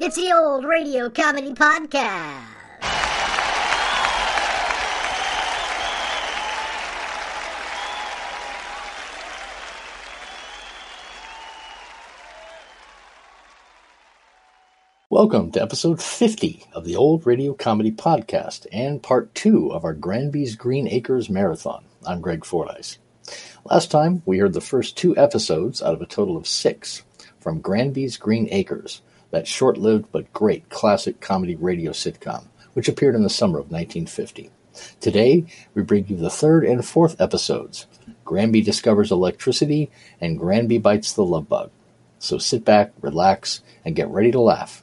It's the old radio comedy podcast. Welcome to episode 50 of the Old Radio Comedy Podcast and part two of our Granby's Green Acres Marathon. I'm Greg Fordyce. Last time, we heard the first two episodes out of a total of six from Granby's Green Acres, that short lived but great classic comedy radio sitcom, which appeared in the summer of 1950. Today, we bring you the third and fourth episodes Granby Discovers Electricity and Granby Bites the Love Bug. So sit back, relax, and get ready to laugh.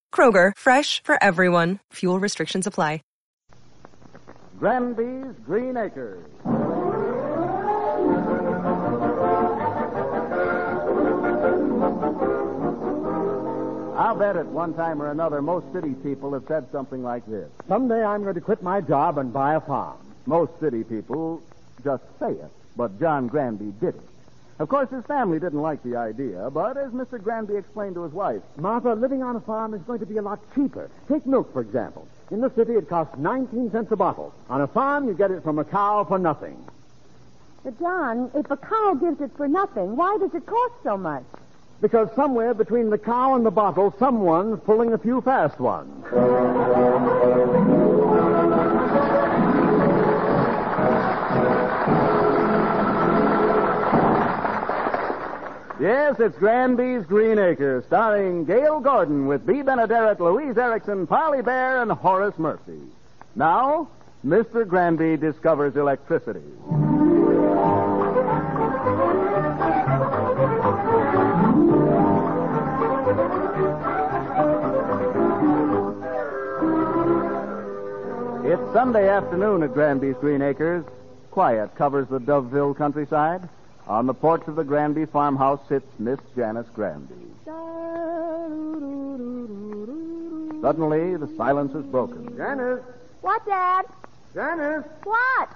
Kroger, fresh for everyone. Fuel restrictions apply. Granby's Green Acres. I'll bet at one time or another most city people have said something like this. Someday I'm going to quit my job and buy a farm. Most city people just say it, but John Granby did it. Of course, his family didn't like the idea, but as Mr. Granby explained to his wife, Martha, living on a farm is going to be a lot cheaper. Take milk, for example. In the city, it costs 19 cents a bottle. On a farm, you get it from a cow for nothing. But, John, if a cow gives it for nothing, why does it cost so much? Because somewhere between the cow and the bottle, someone's pulling a few fast ones. Yes, it's Granby's Green Acres, starring Gail Gordon with Bee Benaderet, Louise Erickson, Polly Bear, and Horace Murphy. Now, Mr. Granby discovers electricity. It's Sunday afternoon at Granby's Green Acres. Quiet covers the Doveville countryside. On the porch of the Granby farmhouse sits Miss Janice Granby. Suddenly, the silence is broken. Janice! What, Dad? Janice! What?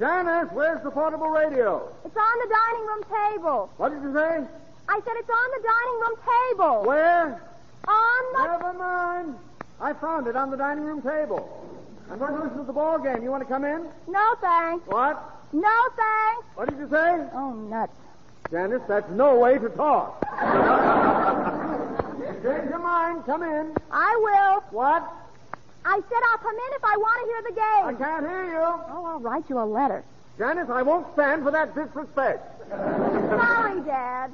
Janice, where's the portable radio? It's on the dining room table. What did you say? I said it's on the dining room table. Where? On the. Never mind. I found it on the dining room table. I'm going to listen to the ball game. You want to come in? No thanks. What? No thanks. What did you say? Oh, nuts. Janice, that's no way to talk. Change your mind. Come in. I will. What? I said I'll come in if I want to hear the game. I can't hear you. Oh, I'll write you a letter. Janice, I won't stand for that disrespect. Sorry, Dad.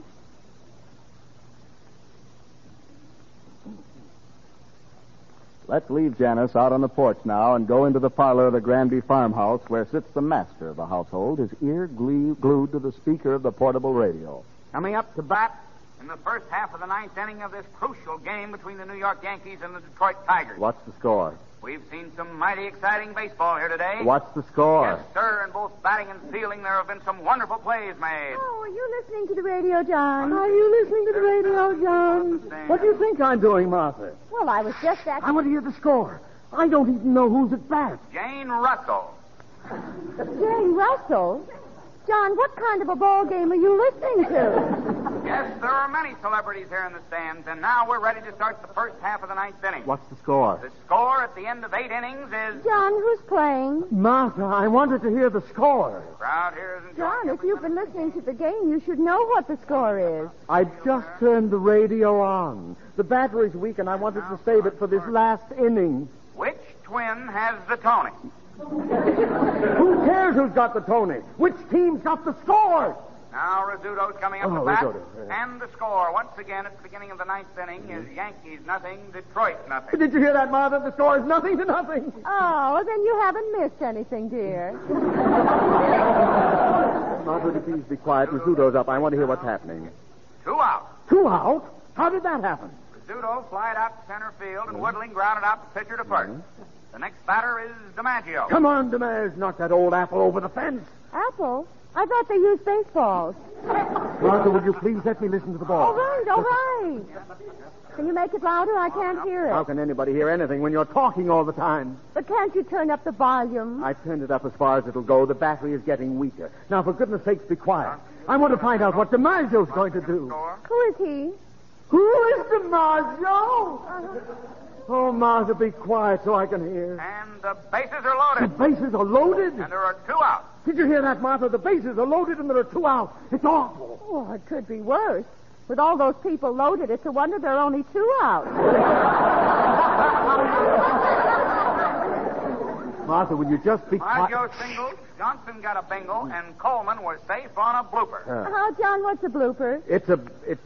Let's leave Janice out on the porch now and go into the parlor of the Granby farmhouse where sits the master of the household, his ear glee- glued to the speaker of the portable radio. Coming up to bat in the first half of the ninth inning of this crucial game between the New York Yankees and the Detroit Tigers. What's the score? We've seen some mighty exciting baseball here today. What's the score? Yes, sir. In both batting and fielding, there have been some wonderful plays made. Oh, are you listening to the radio, John? Are you listening to the radio, John? What do you think I'm doing, Martha? Well, I was just that. I want to hear the score. I don't even know who's at bat. Jane Russell. Jane Russell? John, what kind of a ball game are you listening to? Yes, there are many celebrities here in the stands, and now we're ready to start the first half of the ninth inning. What's the score? The score at the end of eight innings is. John, who's playing? Martha, I wanted to hear the score. Crowd here is enjoying John, if every you've been listening to the game, you should know what the score is. I just turned the radio on. The battery's weak, and I wanted to save it for this last inning. Which twin has the Tony? Who cares who's got the Tony? Which team's got the score? Now Rizzuto's coming up Oh, to bat. Rizzuto, yeah. Mm-hmm. And the score, once again, at the beginning of the ninth inning, is Yankees nothing, Detroit nothing. Did you hear that, Martha? The score is nothing to nothing. Oh, then you haven't missed anything, dear. Martha, would you please be quiet? Rizzuto's up. I want to hear what's happening. Two out. Two out? How did that happen? Rizzuto flied out to center field, Mm-hmm. and Woodling grounded out the pitcher to 1st The next batter is DiMaggio. Come on, Demers. Knock that old apple over the fence. Apple? I thought they used baseballs. Martha, would you please let me listen to the All ball? right, all right. Can you make it louder? I can't hear How it. can anybody hear anything when you're talking all the time? But can't you turn up the volume? I turned it up as far as it'll go. The battery is getting weaker. Now, for goodness sakes, be quiet. I want to find out what DiMaggio's going to do. Score. Who is he? Who is DiMaggio? Oh, Martha, be quiet so I can hear. And the bases are The loaded. bases are loaded. And there are two out. Did you hear that, Martha? The bases are loaded and there are two out. It's awful. Well, Oh, it could be worse. With all those people loaded, it's a wonder there are only two out. Martha, will you just be Maggio quiet? singled, Johnson got a bingle, and Coleman was safe on a blooper. Uh. How, John, what's a blooper? It's a. It's.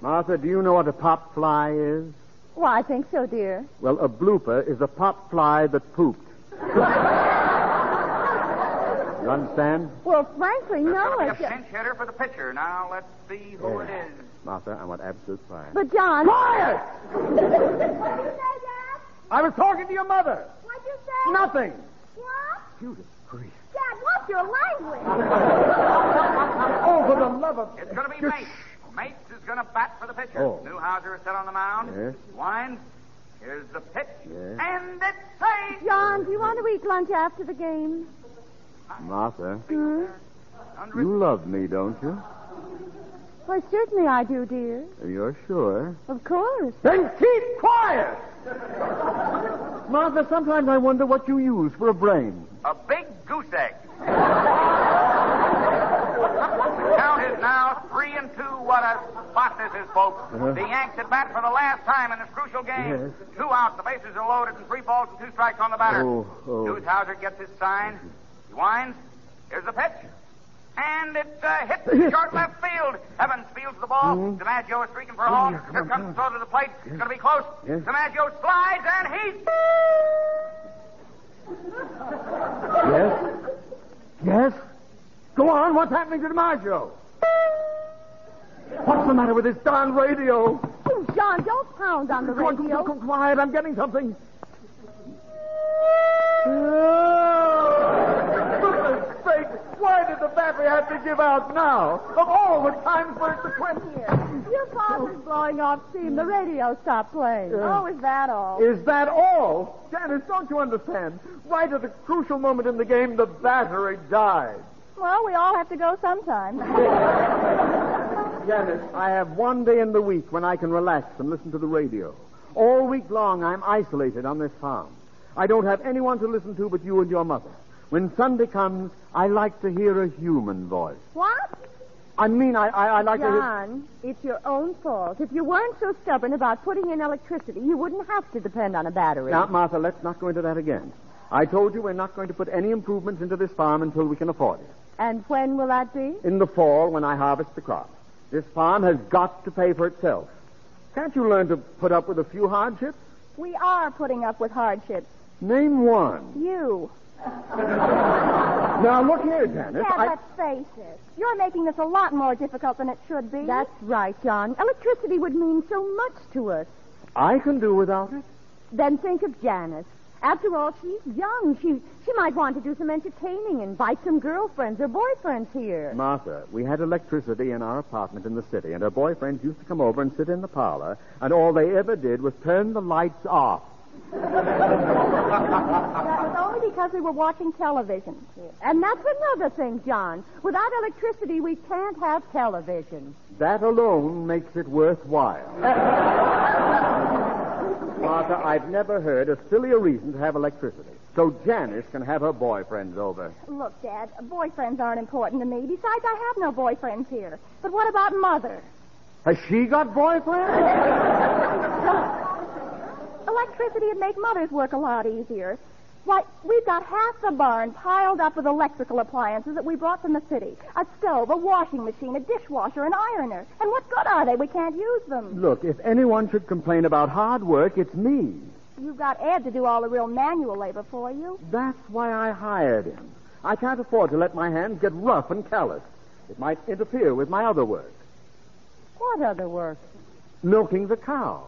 Martha, do you know what a pop fly is? Well, I think so, dear. Well, a blooper is a pop fly that pooped. you understand? Well, frankly, There's no. going to It's be a pinch hitter for the pitcher. Now let's see who it is. Martha, I want absolute quiet. But, John. Quiet! What did you say, Dad? I was talking to your mother. What'd you say? Nothing. What? Judas Priest. Dad, what's your language? Oh, for the love of... It's going to be Mates. Mates is going to bat for the pitcher. Oh. Newhouser is set on the mound. Yes. Wines. Here's the pitch. Yes. And it's safe. John, do you want to eat lunch after the game? Martha, Hmm? Under- you love me, don't you? Well, certainly I do, dear. You're sure? Of course. Then keep quiet! Martha, sometimes I wonder what you use for a brain. A big goose egg. the count is now three and two. What a spot this is, folks. Uh-huh. The Yanks at bat for the last time in this crucial game. Two out, the bases are loaded, and three balls and two strikes on the batter. Oh, oh. Newshouser gets his sign. He winds. Here's the pitch. And it uh, hits short left field. Evans fields the ball. Mm-hmm. DiMaggio is streaking for home. Oh, Here comes the throw to the plate. It's going to be close. DiMaggio slides and he. Yes? Yes? Go on, what's happening to DiMaggio? What's the matter with this darn radio? Oh, John, don't pound on the Go on, go, go, radio. go, quiet, I'm getting something. Oh, goodness sakes, why did the battery have to give out now? Of all the times for it to quit. Your father's blowing off steam. The radio stopped playing. Yeah. Oh, is that all? Is that all? Janice, don't you understand? Right at the crucial moment in the game, the battery died. Well, we all have to go sometime. Janice, I have one day in the week when I can relax and listen to the radio. All week long, I'm isolated on this farm. I don't have anyone to listen to but you and your mother. When Sunday comes, I like to hear a human voice. what? I mean, I, I, I like to hear... John, it's your own fault. If you weren't so stubborn about putting in electricity, you wouldn't have to depend on a battery. Now, Martha, let's not go into that again. I told you we're not going to put any improvements into this farm until we can afford it. And when will that be? In the fall, when I harvest the crop. This farm has got to pay for itself. Can't you learn to put up with a few hardships? We are putting up with hardships. Name one. You. Now, look here, Janice. Yeah, I... let's face it. You're making this a lot more difficult than it should be. That's right, John. Electricity would mean so much to us. I can do without it. Then think of Janice. After all, she's young. She she might want to do some entertaining, invite some girlfriends or boyfriends here. Martha, we had electricity in our apartment in the city, and her boyfriends used to come over and sit in the parlor, and all they ever did was turn the lights off. That was only because we were watching television. And that's another thing, John. Without electricity, we can't have television. That alone makes it worthwhile. Martha, I've never heard a sillier reason to have electricity. So Janice can have her boyfriends over. Look, Dad, boyfriends aren't important to me. Besides, I have no boyfriends here. But what about Mother? Has she got boyfriends? Electricity would make Mother's work a lot easier. Why, we've got half the barn piled up with electrical appliances that we brought from the city. A stove, a washing machine, a dishwasher, an ironer. And what good are they? We can't use them. Look, if anyone should complain about hard work, it's me. You've got Ed to do all the real manual labor for you. That's why I hired him. I can't afford to let my hands get rough and callous. It might interfere with my other work. What other work? Milking the cow.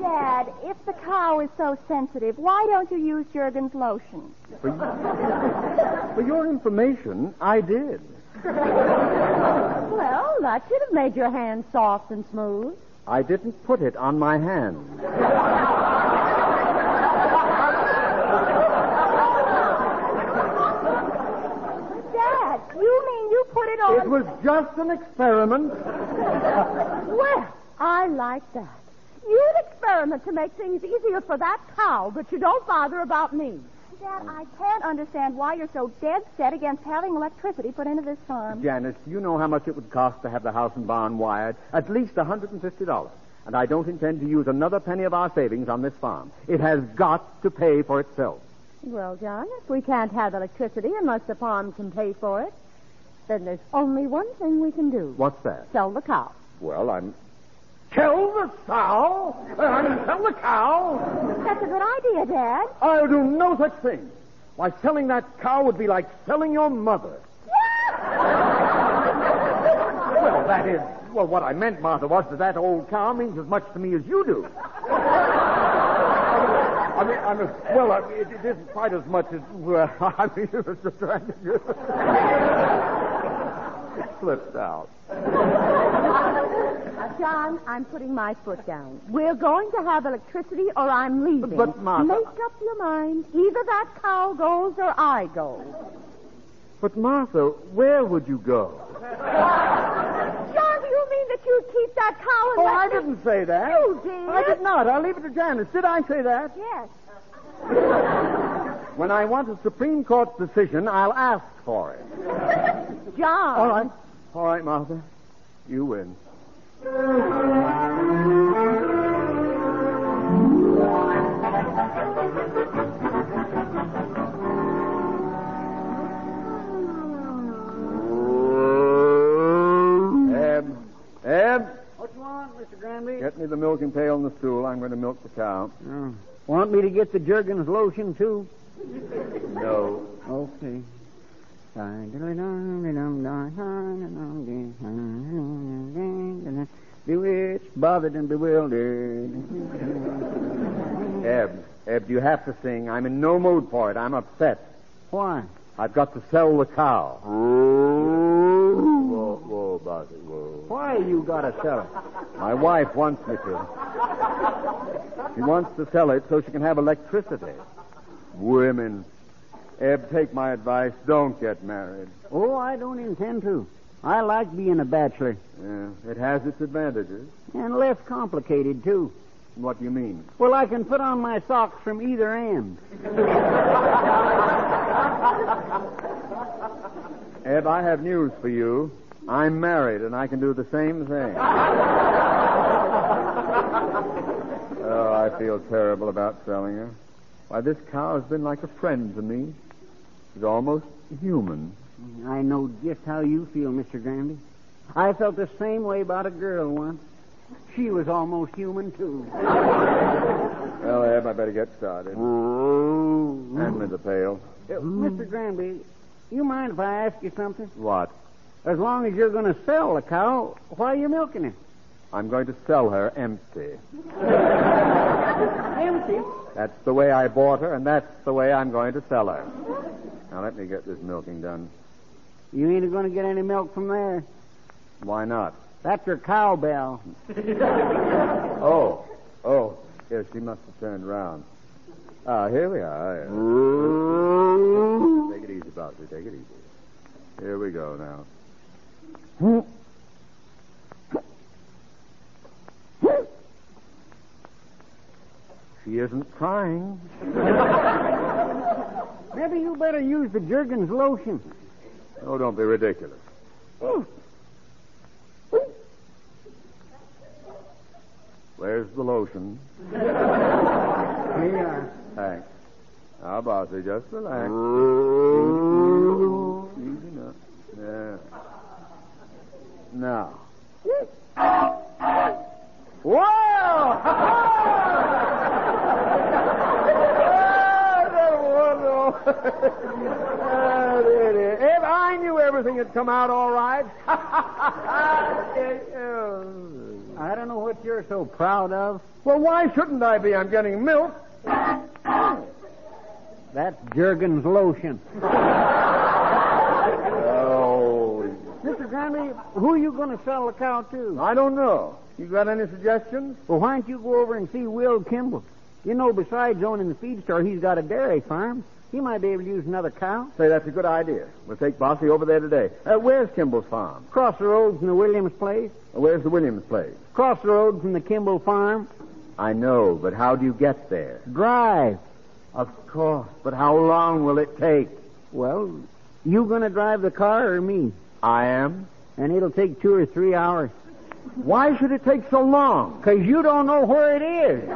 Dad, if the cow is so sensitive, why don't you use Jurgen's lotion? For, for your information, I did. Well, that should have made your hands soft and smooth. I didn't put it on my hands. Dad, you mean you put it on? It was just an experiment. Well, I like that. You'd experiment to make things easier for that cow, but you don't bother about me. Dad, I can't understand why you're so dead set against having electricity put into this farm. Janice, do you know how much it would cost to have the house and barn wired? At least a $150. And I don't intend to use another penny of our savings on this farm. It has got to pay for itself. Well, John, if we can't have electricity unless the farm can pay for it, then there's only one thing we can do. What's that? Sell the cow. Well, I'm. Kill the sow? I'm sell the cow? That's a good idea, Dad. I'll do no such thing. Why, selling that cow would be like selling your mother. well, that is. Well, what I meant, Martha, was that that old cow means as much to me as you do. I mean, I mean, well, I mean, it, it isn't quite as much as. Well, I mean, it was just. it slipped out. Now, Uh, John, I'm putting my foot down. We're going to have electricity or I'm leaving. But, Martha- Make up your mind. Either that cow goes or I go. But, Martha, where would you go? John, do you mean that you'd keep that cow and Oh, let I me- didn't say that. You did. I did not. I'll leave it to Janice. Did I say that? Yes. When I want a Supreme Court decision, I'll ask for it. John. All right. All right, Martha. You win. Eb. Eb. What you want, Mr. Granby? Get me the milking pail and the stool. I'm going to milk the cow. Oh. Want me to get the Jergens lotion, too? No. Okay. Bewitched, bothered, and bewildered. Eb. Eb, you have to sing. I'm in no mood for it. I'm upset. Why? I've got to sell the cow. Whoa, whoa, Bobby, whoa. Why you gotta sell it? My wife wants me to. She wants to sell it so she can have electricity. Women. Eb, take my advice. Don't get married. Oh, I don't intend to. I like being a bachelor, Yeah, it has its advantages. and less complicated too. What do you mean? Well, I can put on my socks from either end. Eb, I have news for you. I'm married, and I can do the same thing. oh, I feel terrible about selling her. Why, this cow has been like a friend to me. She's almost human. I know just how you feel, Mr. Granby. I felt the same way about a girl once. She was almost human, too. Well, Eb, I better get started. Hand me the pail. Uh, Mr. Granby, Mm-hmm. you mind if I ask you something? What? As long as you're going to sell the cow, why are you milking her? I'm going to sell her empty. Empty. That's the way I bought her, and that's the way I'm going to sell her. Now, let me get this milking done. You ain't going to get any milk from there. Why not? That's her cowbell. Oh, oh, yes, she must have turned round. Ah, here we are. Take it easy, Bosley. Take it easy. Here we go now. Hmm. She isn't crying. Maybe you better use the Jergens lotion. Oh, don't be ridiculous. Where's the lotion? Here you are. Thanks. Now, bossy, just relax. Easy enough. Yeah. Now. Whoa! Ah, the wonderful. Ah, there it is. If I knew everything had come out all right. I don't know what you're so proud of. well, why shouldn't I be? I'm getting milk. That's Jergens lotion. Oh, Mr. Granby, who are you going to sell the cow to? I don't know. You got any suggestions? Well, why don't you go over and see Will Kimball? You know, besides owning the feed store, he's got a dairy farm. He might be able to use another cow. Say, that's a good idea. We'll take Bossy over there today. Uh, where's Kimball's farm? Uh, Across the road from the Williams place. Where's the Williams place? Across the road from the Kimball farm. I know, but how do you get there? Drive. Of course, but how long will it take? Well, you going to drive the car or me? I am. And it'll take two or three hours. Why should it take so long? Because you don't know where it is.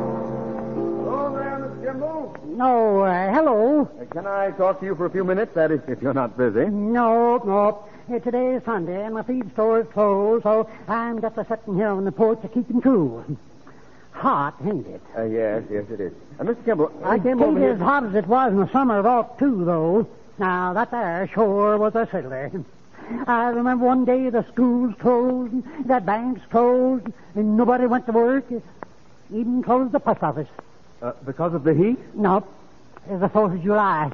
Hello there, Miss Kimball. No, uh, hello. can I talk to you for a few minutes? That is, if you're not busy. No, no. Uh, Today is Sunday, and my feed store is closed, so I'm just a sitting here on the porch to keep 'em cool. Hot, ain't it? Uh, yes, yes, it is. Uh, Mr. Kimball, I It came ain't over here. as hot as it was in the summer of 02, though. Now, that there sure was a settler. I remember one day the schools closed, and the banks closed, and nobody went to work. Even closed the post office. Uh, because of the heat? No, it's the 4th of July.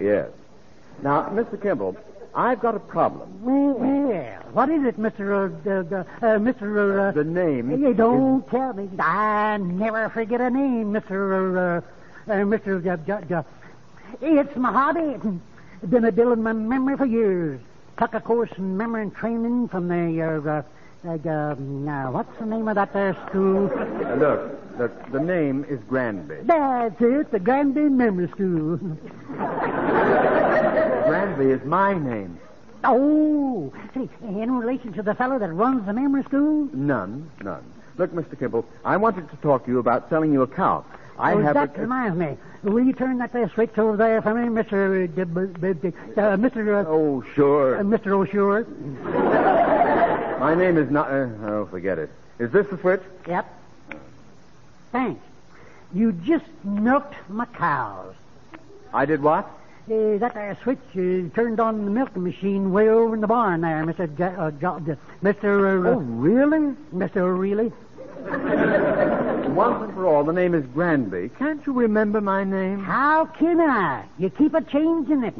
Yes. Now, Mr. Kimball, I've got a problem. Well, well, what is it, Mr. Uh, uh, uh, Mr. Uh, The name. You don't tell me. I never forget a name, Mister. Uh, uh, Mister. Uh, uh, uh, it's my hobby. Been a building my memory for years. Took a course in memory and training from the. Uh, uh, uh, um, uh, what's the name of that there school? Uh, look, the, the name is Granby. That's it, the Granby Memory School. Granby is my name. Oh, say, in relation to the fellow that runs the memory school? None, none. Look, Mr. Kimball, I wanted to talk to you about selling you a cow. I oh, have that a... reminds me. Will you turn that there switch over there for me, Mister? Uh, d- b- b- uh, Mister. Uh, Oh, sure. Uh, Mr. O'Shure? My name is not... Uh, oh, forget it. Is this the switch? Yep. Thanks. You just milked my cows. I did what? Uh, that there switch uh, turned on the milking machine way over in the barn there, Mr. J- uh, J- Mr. Uh, Oh, really? Mr. O'Reilly. Once and for all, the name is Granby. Can't you remember my name? How can I? You keep a changing it.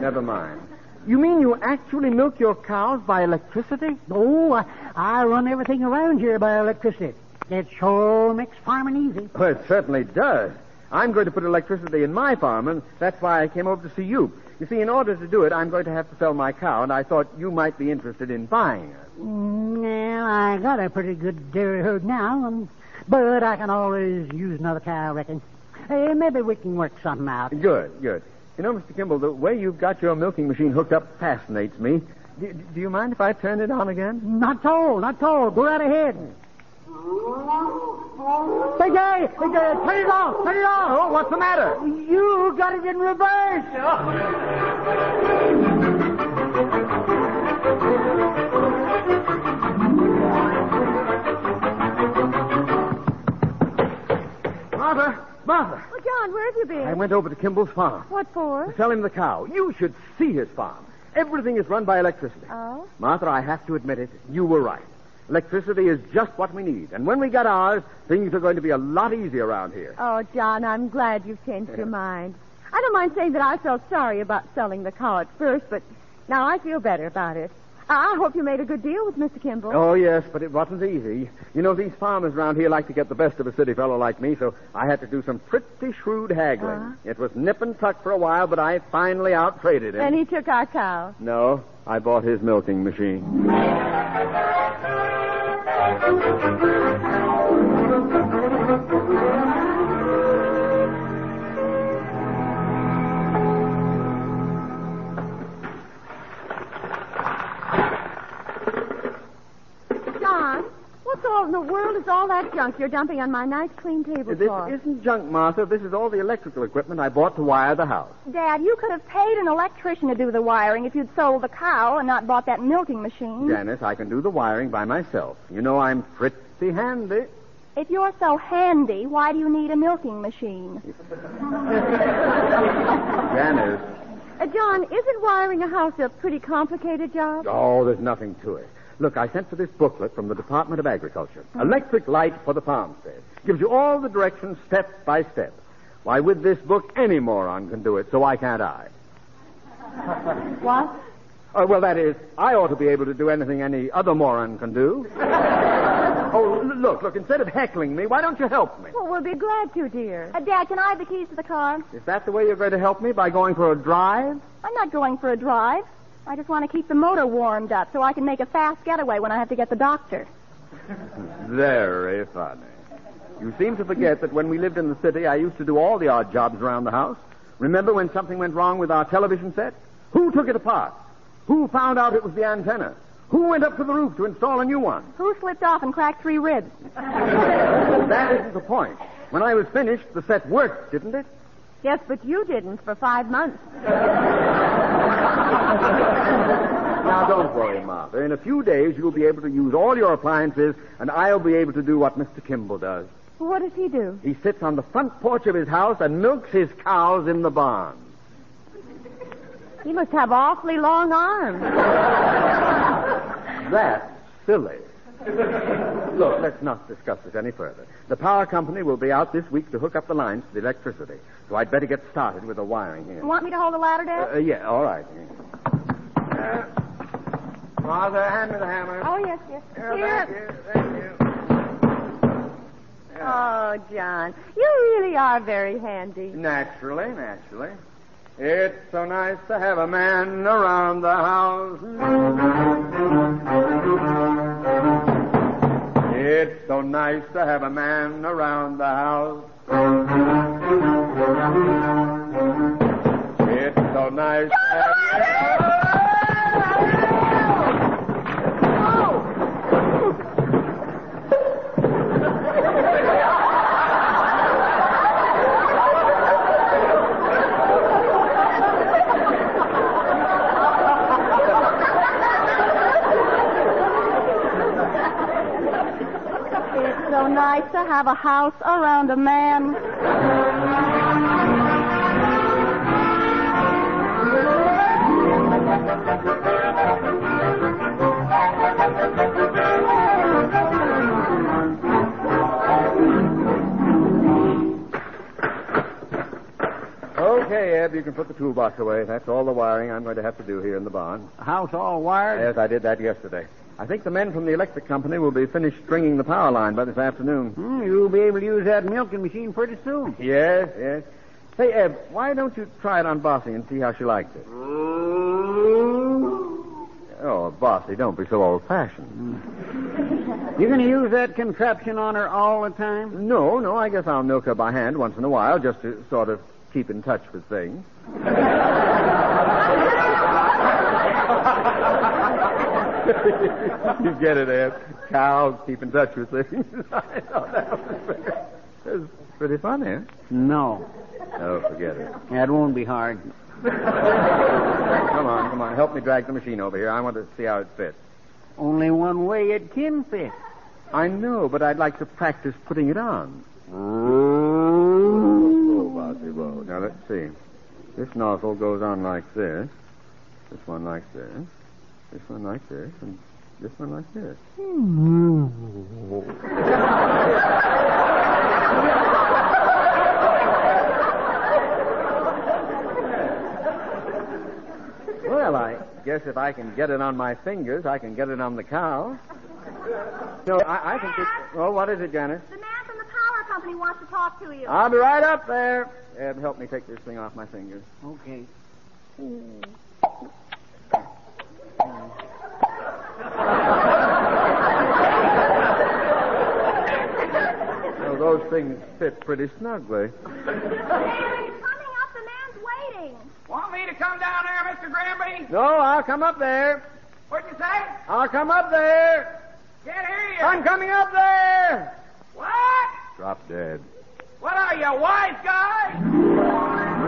Never mind. You mean you actually milk your cows by electricity? Oh, I, I run everything around here by electricity. It sure makes farming easy. Well, Oh, it certainly does. I'm going to put electricity in my farm, and that's why I came over to see you. You see, in order to do it, I'm going to have to sell my cow, and I thought you might be interested in buying her. Mm, Well, I got a pretty good dairy herd now, um, but I can always use another cow, I reckon. Hey, maybe we can work something out. Good, good. You know, Mr. Kimball, the way you've got your milking machine hooked up fascinates me. Do, do you mind if I turn it on again? Not at all, not at all. Go right ahead. Hey, Jay, hey, Jay, turn it off, turn it off. Oh, what's the matter? You got it in reverse. Mother, mother. Well, John, where have you been? I went over to Kimball's farm What for? to sell him the cow. You should see his farm. Everything is run by electricity. Oh. Martha, I have to admit it. You were right. Electricity is just what we need. And when we get ours, things are going to be a lot easier around here. Oh, John, I'm glad you've changed your mind. I don't mind saying that I felt sorry about selling the cow at first, but now I feel better about it. I I hope you made a good deal with Mr. Kimball. Oh, yes, but it wasn't easy. You know, these farmers around here like to get the best of a city fellow like me, so I had to do some pretty shrewd haggling. It was nip and tuck for a while, but I finally outtraded him. And he took our cow. No, I bought his milking machine. What's all in the world is all that junk you're dumping on my nice clean This tablecloth? isn't junk, Martha. This is all the electrical equipment I bought to wire the house. Dad, you could have paid an electrician to do the wiring if you'd sold the cow and not bought that milking machine. Janice, I can do the wiring by myself. You know I'm pretty handy. If you're so handy, why do you need a milking machine? Janice. Uh, John, isn't wiring a house a pretty complicated job? Oh, there's nothing to it. Look, I sent for this booklet from the Department of Agriculture. Electric light for the farmstead. Gives you all the directions step by step. Why, with this book, any moron can do it, so why can't I? What? Uh, well, that is, I ought to be able to do anything any other moron can do. oh, l- look, look, instead of heckling me, why don't you help me? Well, we'll be glad to, dear. Uh, Dad, can I have the keys to the car? Is that the way you're going to help me, by going for a drive? I'm not going for a drive. I just want to keep the motor warmed up so I can make a fast getaway when I have to get the doctor. Very funny. You seem to forget that when we lived in the city, I used to do all the odd jobs around the house. Remember when something went wrong with our television set? Who took it apart? Who found out it was the antenna? Who went up to the roof to install a new one? Who slipped off and cracked three ribs? That isn't the point. When I was finished, the set worked, didn't it? Yes, but you didn't for five months. Now, don't worry, Martha. In a few days, you'll be able to use all your appliances, and I'll be able to do what Mr. Kimball does. What does he do? He sits on the front porch of his house and milks his cows in the barn. He must have awfully long arms. That's silly. Look, let's not discuss this any further. The power company will be out this week to hook up the lines to the electricity, so I'd better get started with the wiring here. You want me to hold the ladder, Dad? Uh, yeah, all right. Uh, Martha, hand me the hammer. oh, yes, yes. Yeah, here. Thank you, thank Oh, John, you really are very handy. you. Naturally, naturally. It's so nice to have a man around the house. It's so nice to have a man around the house. It's so nice. to Uh, It's so nice to have a house around a man. Okay, Eb, you can put the toolbox away. That's all the wiring I'm going to have to do here in the barn. House all wired? Yes, I did that yesterday. I think the men from the electric company will be finished stringing the power line by this afternoon. Hmm, you'll be able to use that milking machine pretty soon. Yes, yes. Say, Eb, why don't you try it on Bossy and see how she likes it? Mm-hmm. Oh, Bossy, don't be so old-fashioned. You're going to use that contraption on her all the time? No, no, I guess I'll milk her by hand once in a while just to sort of keep in touch with things. you get it, Ed. Cows keep in touch with things. I know that was very- That's pretty funny, huh? No. Oh, forget it. That won't be hard. Come on, come on. Help me drag the machine over here. I want to see how it fits. Only one way it can fit. I know, but I'd like to practice putting it on. Oh, Bossy, whoa. Now, let's see. This nozzle goes on like this. This one like this. This one like this. And this one like this. well, I guess if I can get it on my fingers, I can get it on the cow. No, I, I think it... Oh, what is it, Janice? The man from the power company wants to talk to you. I'll be right up there. Ed, help me take this thing off my fingers. Okay. Well, those things fit pretty snugly. Dad, he's coming up. The man's waiting. Want me to come down there, Mr. Granby? No, I'll come up there. What'd you say? I'll come up there. Can't hear you. One coming up there. What? Drop dead. What are you, wise guys?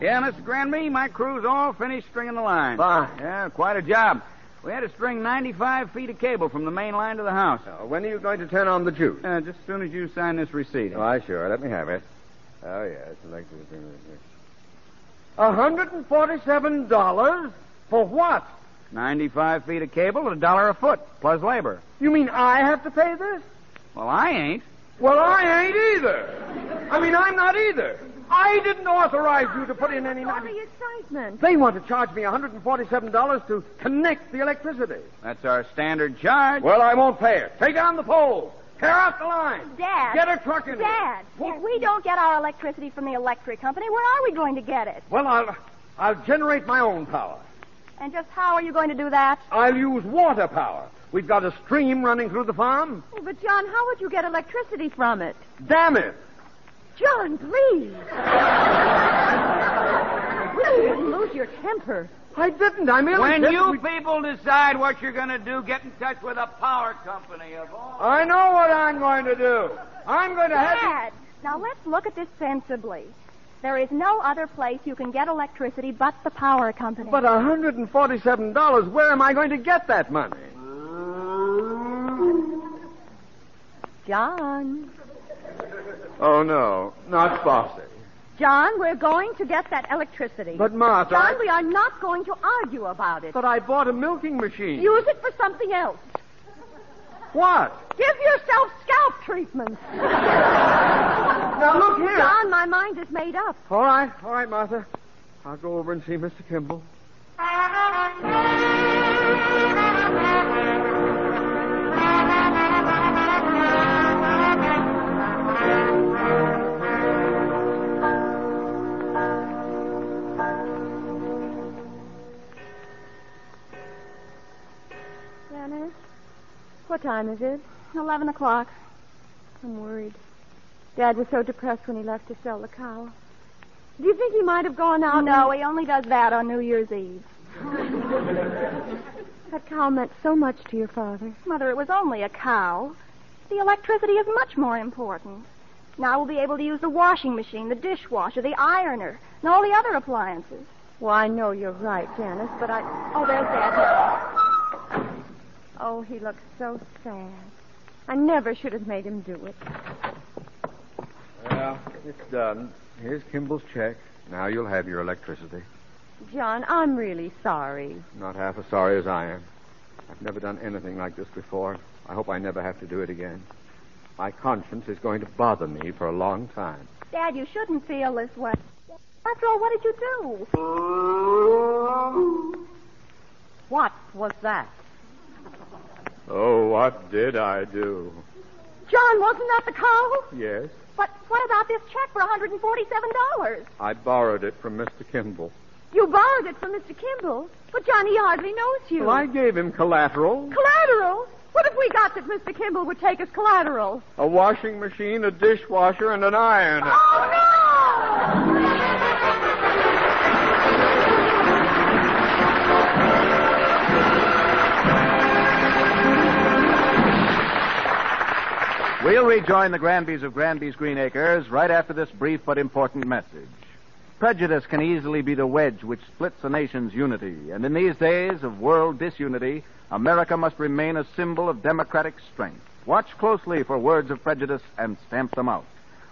Yeah, Mr. Granby, my crew's all finished stringing the line. Fine. Yeah, quite a job. We had to string 95 feet of cable from the main line to the house. Now, Uh, when are you going to turn on the juice? Uh, just as soon as you sign this receipt. Why, sure. Let me have it. Oh, yes. $147 for what? 95 feet of cable at a dollar a foot, plus labor. You mean I have to pay this? Well, I ain't. Well, I ain't either. I mean, I'm not either. I didn't authorize you to put in any All money. the excitement. They want to charge me $147 to connect the electricity. That's our standard charge. Well, I won't pay it. Take down the poles. Tear out the line. Dad. Get a truck in Dad, here. if we don't get our electricity from the electric company, where are we going to get it? Well, I'll, I'll generate my own power. And just how are you going to do that? I'll use water power. We've got a stream running through the farm. Oh, but, John, how would you get electricity from it? Damn it. John, please. Please lose your temper. I didn't. I merely when said you we- people decide what you're going to do, get in touch with a power company of all. I know what I'm going to do. I'm going to have. Dad, now let's look at this sensibly. There is no other place you can get electricity but the power company. But uh-huh. $147, where am I going to get that money? John. Oh, no. Not Bossy. John, we're going to get that electricity. But, Martha. John, we are not going to argue about it. But I bought a milking machine. Use it for something else. What? Give yourself scalp treatment. Now, look here. John, my mind is made up. All right, all right, Martha. I'll go over and see Mr. Kimball. Dennis, what time is it? 11 o'clock. I'm worried. Dad was so depressed when he left to sell the cow. Do you think he might have gone Hmm. out? No, and- he only does that on New Year's Eve. That cow meant so much to your father. Mother, it was only a cow. The electricity is much more important. Now we'll be able to use the washing machine, the dishwasher, the ironer, and all the other appliances. Well, I know you're right, Janice, but I. Oh, there's Dad. Oh, he looks so sad. I never should have made him do it. Well, it's done. Here's Kimball's check. Now you'll have your electricity. John, I'm really sorry. Not half as sorry as I am. I've never done anything like this before. I hope I never have to do it again. My conscience is going to bother me for a long time. Dad, you shouldn't feel this way. After all, what did you do? What was that? Oh, what did I do? John, wasn't that the cow? Yes, But what about this check for $147? I borrowed it from Mr. Kimball. You borrowed it from Mr. Kimball, but John, he hardly knows you. Well, I gave him collateral, Collateral? What if we got that Mr. Kimball would take as collateral? a washing machine, a dishwasher, and an ironer. We'll rejoin the Granbys of Granby's Green Acres right after this brief but important message. Prejudice can easily be the wedge which splits a nation's unity, and in these days of world disunity, America must remain a symbol of democratic strength. Watch closely for words of prejudice and stamp them out.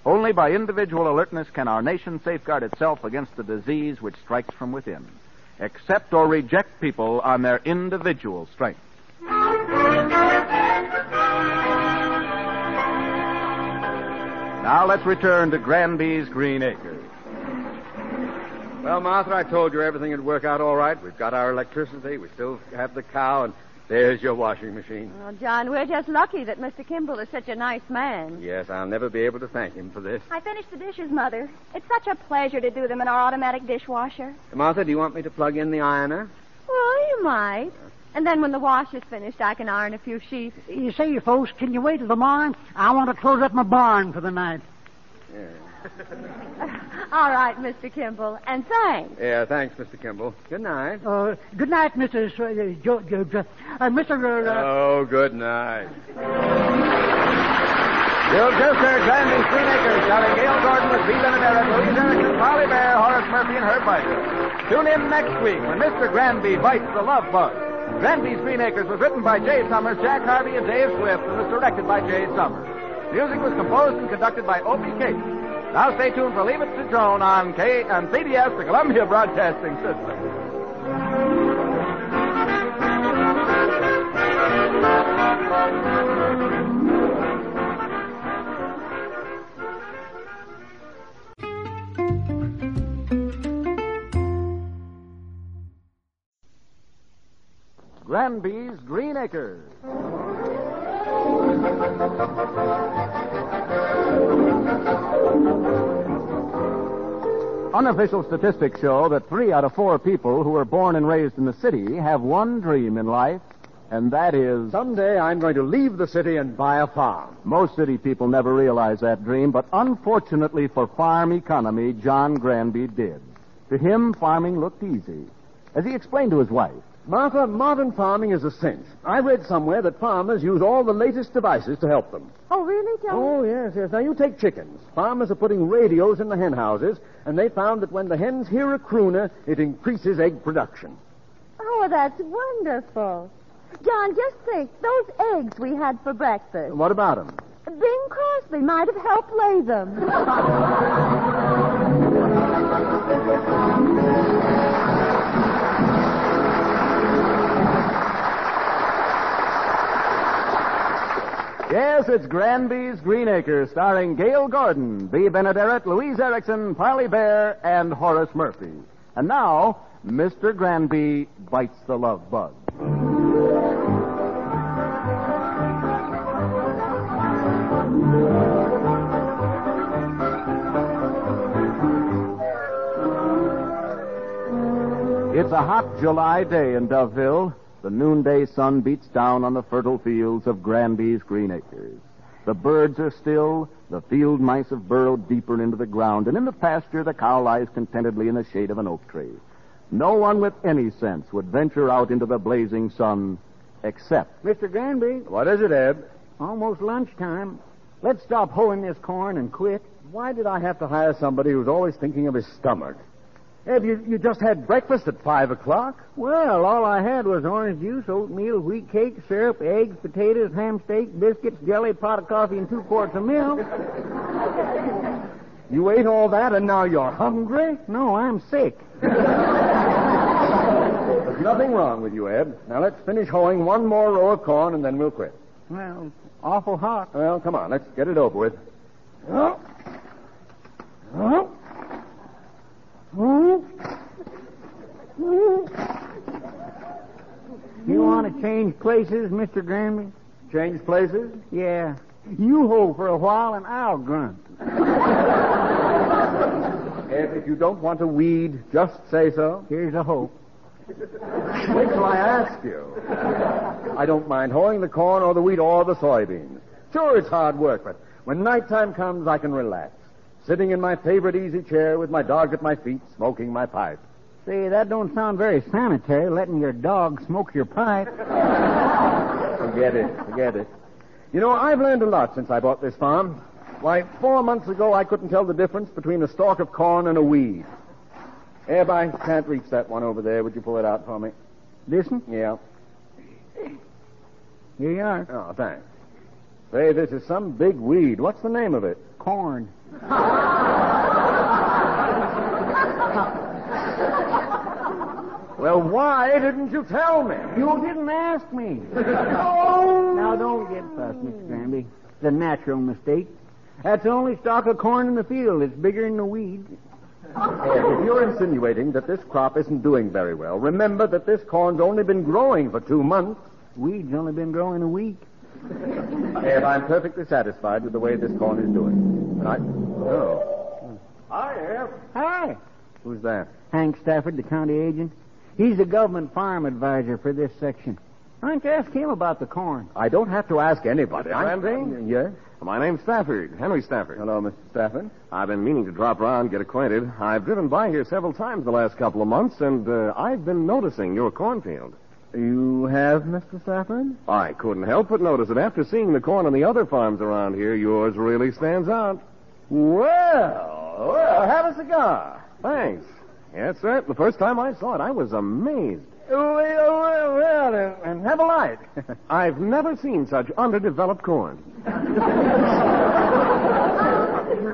Only by individual alertness can our nation safeguard itself against the disease which strikes from within. Accept or reject people on their individual strength. Now let's return to Granby's Green Acres. Well, Martha, I told you everything would work out all right. We've got our electricity, we still have the cow, and there's your washing machine. Well, John, we're just lucky that Mr. Kimball is such a nice man. Yes, I'll never be able to thank him for this. I finished the dishes, Mother. It's such a pleasure to do them in our automatic dishwasher. Martha, do you want me to plug in the ironer? Well, you might. And then when the wash is finished, I can iron a few sheets. You say, folks, can you wait till tomorrow? I want to close up my barn for the night. All right, Mr. Kimball, and thanks. Yeah, thanks, Mr. Kimball. Good night. Uh, good night, Mrs. Uh, jo- Jo- Jo- uh, Mr. Uh, Oh, good night. Bill Chester, Granby Greenacre, starring Gail Gordon with Lee Benedetta, Louise Erickson, Polly Bear, Horace Murphy, and Herb Weiser. Tune in next week when Mr. Granby bites the love bug. Granby's Green Acres was written by Jay Summers, Jack Harvey, and Dave Swift, and was directed by Jay Summers. Music was composed and conducted by Opie Case. Now stay tuned for Leave It to Joan on K and CBS, the Columbia Broadcasting System. Granby's Green Acres. Unofficial statistics show that three out of four people who are born and raised in the city have one dream in life, and that is. Someday I'm going to leave the city and buy a farm. Most city people never realize that dream, but unfortunately for farm economy, John Granby did. To him, farming looked easy. As he explained to his wife, Martha, modern farming is a cinch. I read somewhere that farmers use all the latest devices to help them. Oh, really, John? Oh, yes, yes. Now, you take chickens. Farmers are putting radios in the hen houses, and they found that when the hens hear a crooner, it increases egg production. Oh, that's wonderful. John, just think, those eggs we had for breakfast. What about them? Bing Crosby might have helped lay them. Yes, it's Granby's Green Acres, starring Gail Gordon, Bea Benaderet, Louise Erickson, Parley Bear, and Horace Murphy. And now, Mr. Granby bites the love bug. It's a hot July day in Doveville. The noonday sun beats down on the fertile fields of Granby's Green Acres. The birds are still, the field mice have burrowed deeper into the ground, and in the pasture the cow lies contentedly in the shade of an oak tree. No one with any sense would venture out into the blazing sun except. Mr. Granby, What is it, Ed? almost lunchtime. Let's stop hoeing this corn and quit. Why did I have to hire somebody who's always thinking of his stomach? Eb, you, you just had breakfast at 5 o'clock. Well, all I had was orange juice, oatmeal, wheat cake, syrup, eggs, potatoes, ham steak, biscuits, jelly, pot of coffee, and two quarts of milk. You ate all that, and now you're hungry? No, I'm sick. There's nothing wrong with you, Eb. Now, let's finish hoeing one more row of corn, and then we'll quit. Well, awful hot. Well, come on, let's get it over with. Oh. Oh. Oh. Hmm? You want to change places, Mr. Granby? Change places? Yeah. You hold for a while and I'll grunt. Eb, if you don't want to weed, just say so. Here's a hope. Wait till I ask you. I don't mind hoeing the corn or the wheat or the soybeans. Sure, it's hard work, but when nighttime comes, I can relax. Sitting in my favorite easy chair with my dog at my feet, smoking my pipe. See, that don't sound very sanitary, letting your dog smoke your pipe. Forget it. Forget it. You know, I've learned a lot since I bought this farm. Why, four months ago, I couldn't tell the difference between a stalk of corn and a weed. Eb, I can't reach that one over there. Would you pull it out for me? This one? Yeah. Here you are. Oh, thanks. Say, this is some big weed. What's the name of it? Corn. Well, why didn't you tell me? You didn't ask me. Oh. now don't get fussed, Mr. Granby. It's a natural mistake. That's the only stalk of corn in the field. It's bigger than the weed. If you're insinuating that this crop isn't doing very well, remember that this corn's only been growing for two months. Weed's only been growing a week. Eb, I'm perfectly satisfied with the way this corn is doing. And I. Oh. Hi, Eb. Hi. Who's that? Hank Stafford, the county agent. He's the government farm advisor for this section. Why don't you ask him about the corn? I don't have to ask anybody. Mr. I'm- Ramsey? Yes? My name's Stafford, Henry Stafford. Hello, Mr. Stafford. I've been meaning to drop around, get acquainted. I've driven by here several times the last couple of months, and uh, I've been noticing your cornfield. You have, Mr. Stafford? I couldn't help but notice that after seeing the corn on the other farms around here, yours really stands out. Well, well, have a cigar. Thanks. Yes, sir. The first time I saw it, I was amazed. Well, well, well, and- and have a light. I've never seen such underdeveloped corn.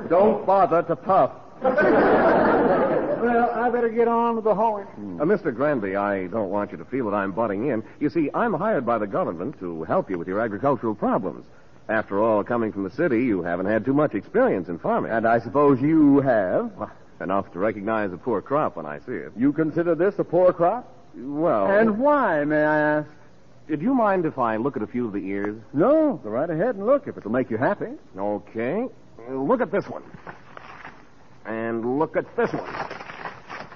Don't bother to puff. Well, I better get on to the hoeing. Hmm. Uh, Mr. Granby, I don't want you to feel that I'm butting in. You see, I'm hired by the government to help you with your agricultural problems. After all, coming from the city, you haven't had too much experience in farming. And I suppose you have. Enough to recognize a poor crop when I see it. You consider this a poor crop? Well, And why, may I ask? do you mind if I look at a few of the ears? No, go right ahead and look if it'll make you happy. Okay. Look at this one. And look at this one.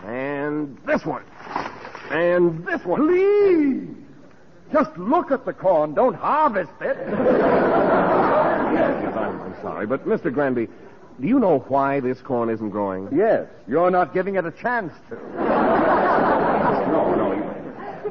And this one. And this one. Please! Just look at the corn. Don't harvest it. Yes, I'm, I'm sorry, but Mr. Granby, do you know why this corn isn't growing? yes, you're not giving it a chance to. No, no. you-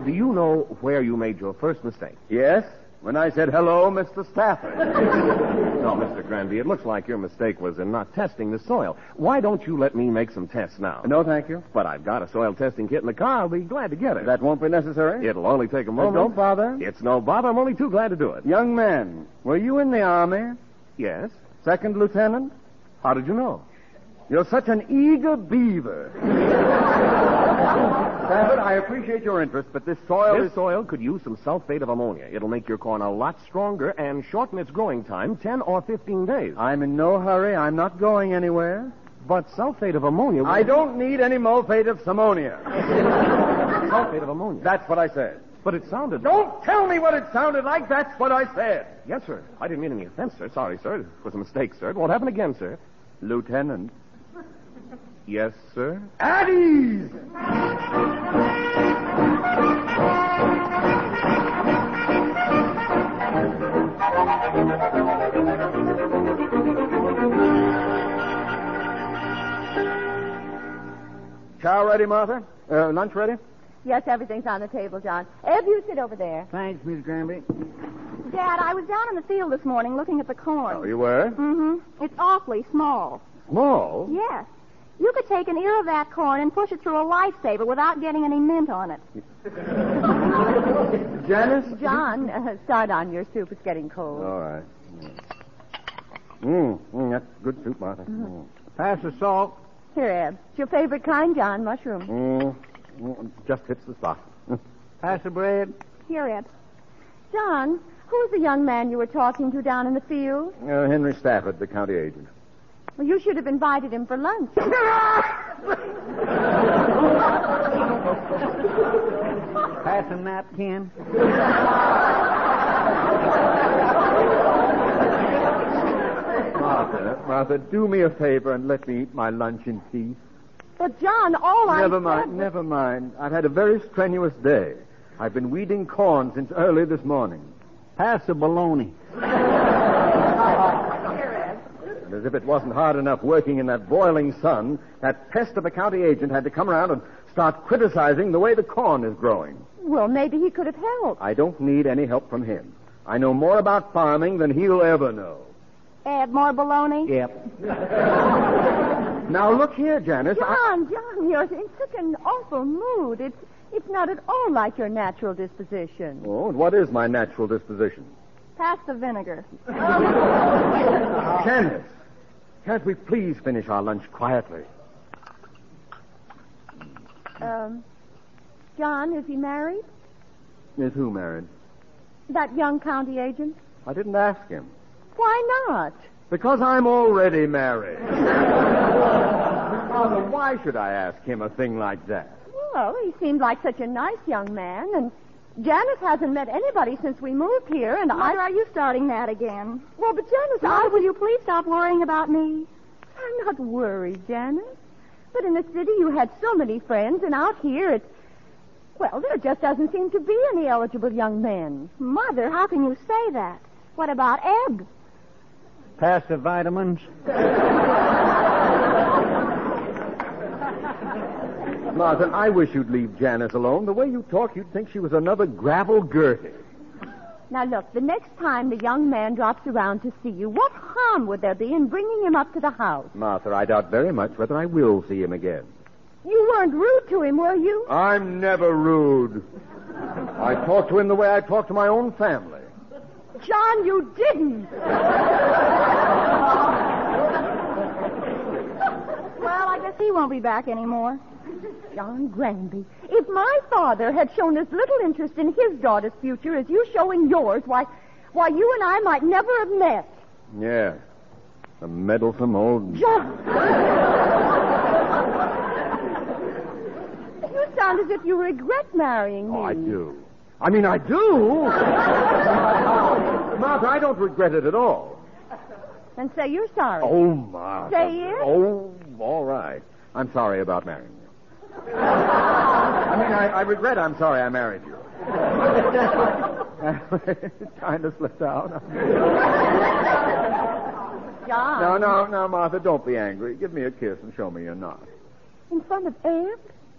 Do you know where you made your first mistake? Yes? When I said hello, Mr. Stafford. No, Mr. Granby, it looks like your mistake was in not testing the soil. Why don't you let me make some tests now? no, thank you. But I've got a soil testing kit in the car. I'll be glad to get it. That won't be necessary. It'll only take a Oh, moment. don't bother. It's no bother. I'm only too glad to do it. Young man, were you in the army? Yes. Second lieutenant? How did you know? You're such an eager beaver. Stafford, I appreciate your interest, but this soil This is. soil could use some sulfate of ammonia. It'll make your corn a lot stronger and shorten its growing time 10 or 15 days. I'm in no hurry. I'm not going anywhere. But sulfate of ammonia. I don't need any mulfate of simonia. Sulfate of ammonia. That's what I said. But it sounded. Don't tell me what it sounded like. That's what I said. Yes, sir. I didn't mean any offense, sir. Sorry, sir. It was a mistake, sir. It won't happen again, sir. Lieutenant. Yes, sir. At ease. Chow ready, Martha? Uh, lunch ready? Yes, everything's on the table, John. Eb, you sit over there. Thanks, Miss Granby. Dad, I was down in the field this morning looking at the corn. Oh, you were? Mm-hmm. It's awfully small. Small? Yes. You could take an ear of that corn and push it through a lifesaver without getting any mint on it. Janice? John, uh, start on your soup. It's getting cold. All right. Mm, mm, that's good soup, Martha. Mm. Mm-hmm. Pass the salt. Here, Eb. It's your favorite kind, John, mushroom. Mm, mm, just hits the spot. Pass the bread. Here, Ed. John, who's the young man you were talking to down in the field? Uh, Henry Stafford, the county agent. Well, you should have invited him for lunch. Pass a napkin. Martha, Martha, do me a favor and let me eat my lunch in peace. But, John, all I. never said mind, was- never mind. I've had a very strenuous day. I've been weeding corn since early this morning. Pass the bologna. And as if it wasn't hard enough working in that boiling sun, that pest of a county agent had to come around and start criticizing the way the corn is growing. Well, maybe he could have helped. I don't need any help from him. I know more about farming than he'll ever know. Ed, more bologna? Yep. Now look here, Janice. I... John, John, you're in such an awful mood. It's it's not at all like your natural disposition. Oh, and what is my natural disposition? Pass the vinegar. Janice, can't we please finish our lunch quietly? Um, John, is he married? Is who married? That young county agent? I didn't ask him. Why not? Because I'm already married. Father, why should I ask him a thing like that? Well, Oh, he seemed like such a nice young man, and Janice hasn't met anybody since we moved here, and Mother, I. are you starting that again? Well, but Janice, Mother, I will you please stop worrying about me? I'm not worried, Janice. But in the city, you had so many friends, and out here, it's. Well, there just doesn't seem to be any eligible young men. Mother, how can you say that? What about Eb? Pass the vitamins. Martha, I wish you'd leave Janice alone. The way you talk, you'd think she was another gravel Gertie. Now, look, the next time the young man drops around to see you, what harm would there be in bringing him up to the house? Martha, I doubt very much whether I will see him again. You weren't rude to him, were you? I'm never rude. I talk to him the way I talk to my own family. John, you didn't. Well, I guess he won't be back anymore. John Granby, if my father had shown as little interest in his daughter's future as you show in yours, why, why you and I might never have met. Yeah. The meddlesome old. You sound as if you regret marrying me. Oh, I do. I mean, I do. Martha, Oh, I don't regret it at all. And say you're sorry. Oh, Martha. Say it. Oh, all right. I'm sorry about marrying you. I mean, I, I regret I'm sorry I married you. it kind of slipped out. John. No, no, no, Martha, don't be angry. Give me a kiss and show me you're not. In front of Eb?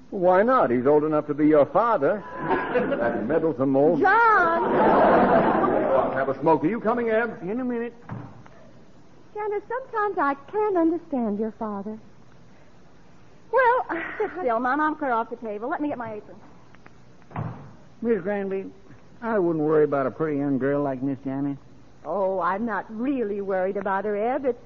Why not? He's old enough to be your father. That meddlesome old. John! Have a smoke. Are you coming, Eb? In a minute. Janice, sometimes I can't understand your father. Well, sit still, Mom. I'll clear off the table. Let me get my apron. Miss Granby, I wouldn't worry about a pretty young girl like Miss Janice. Oh, I'm not really worried about her, Eb. It's,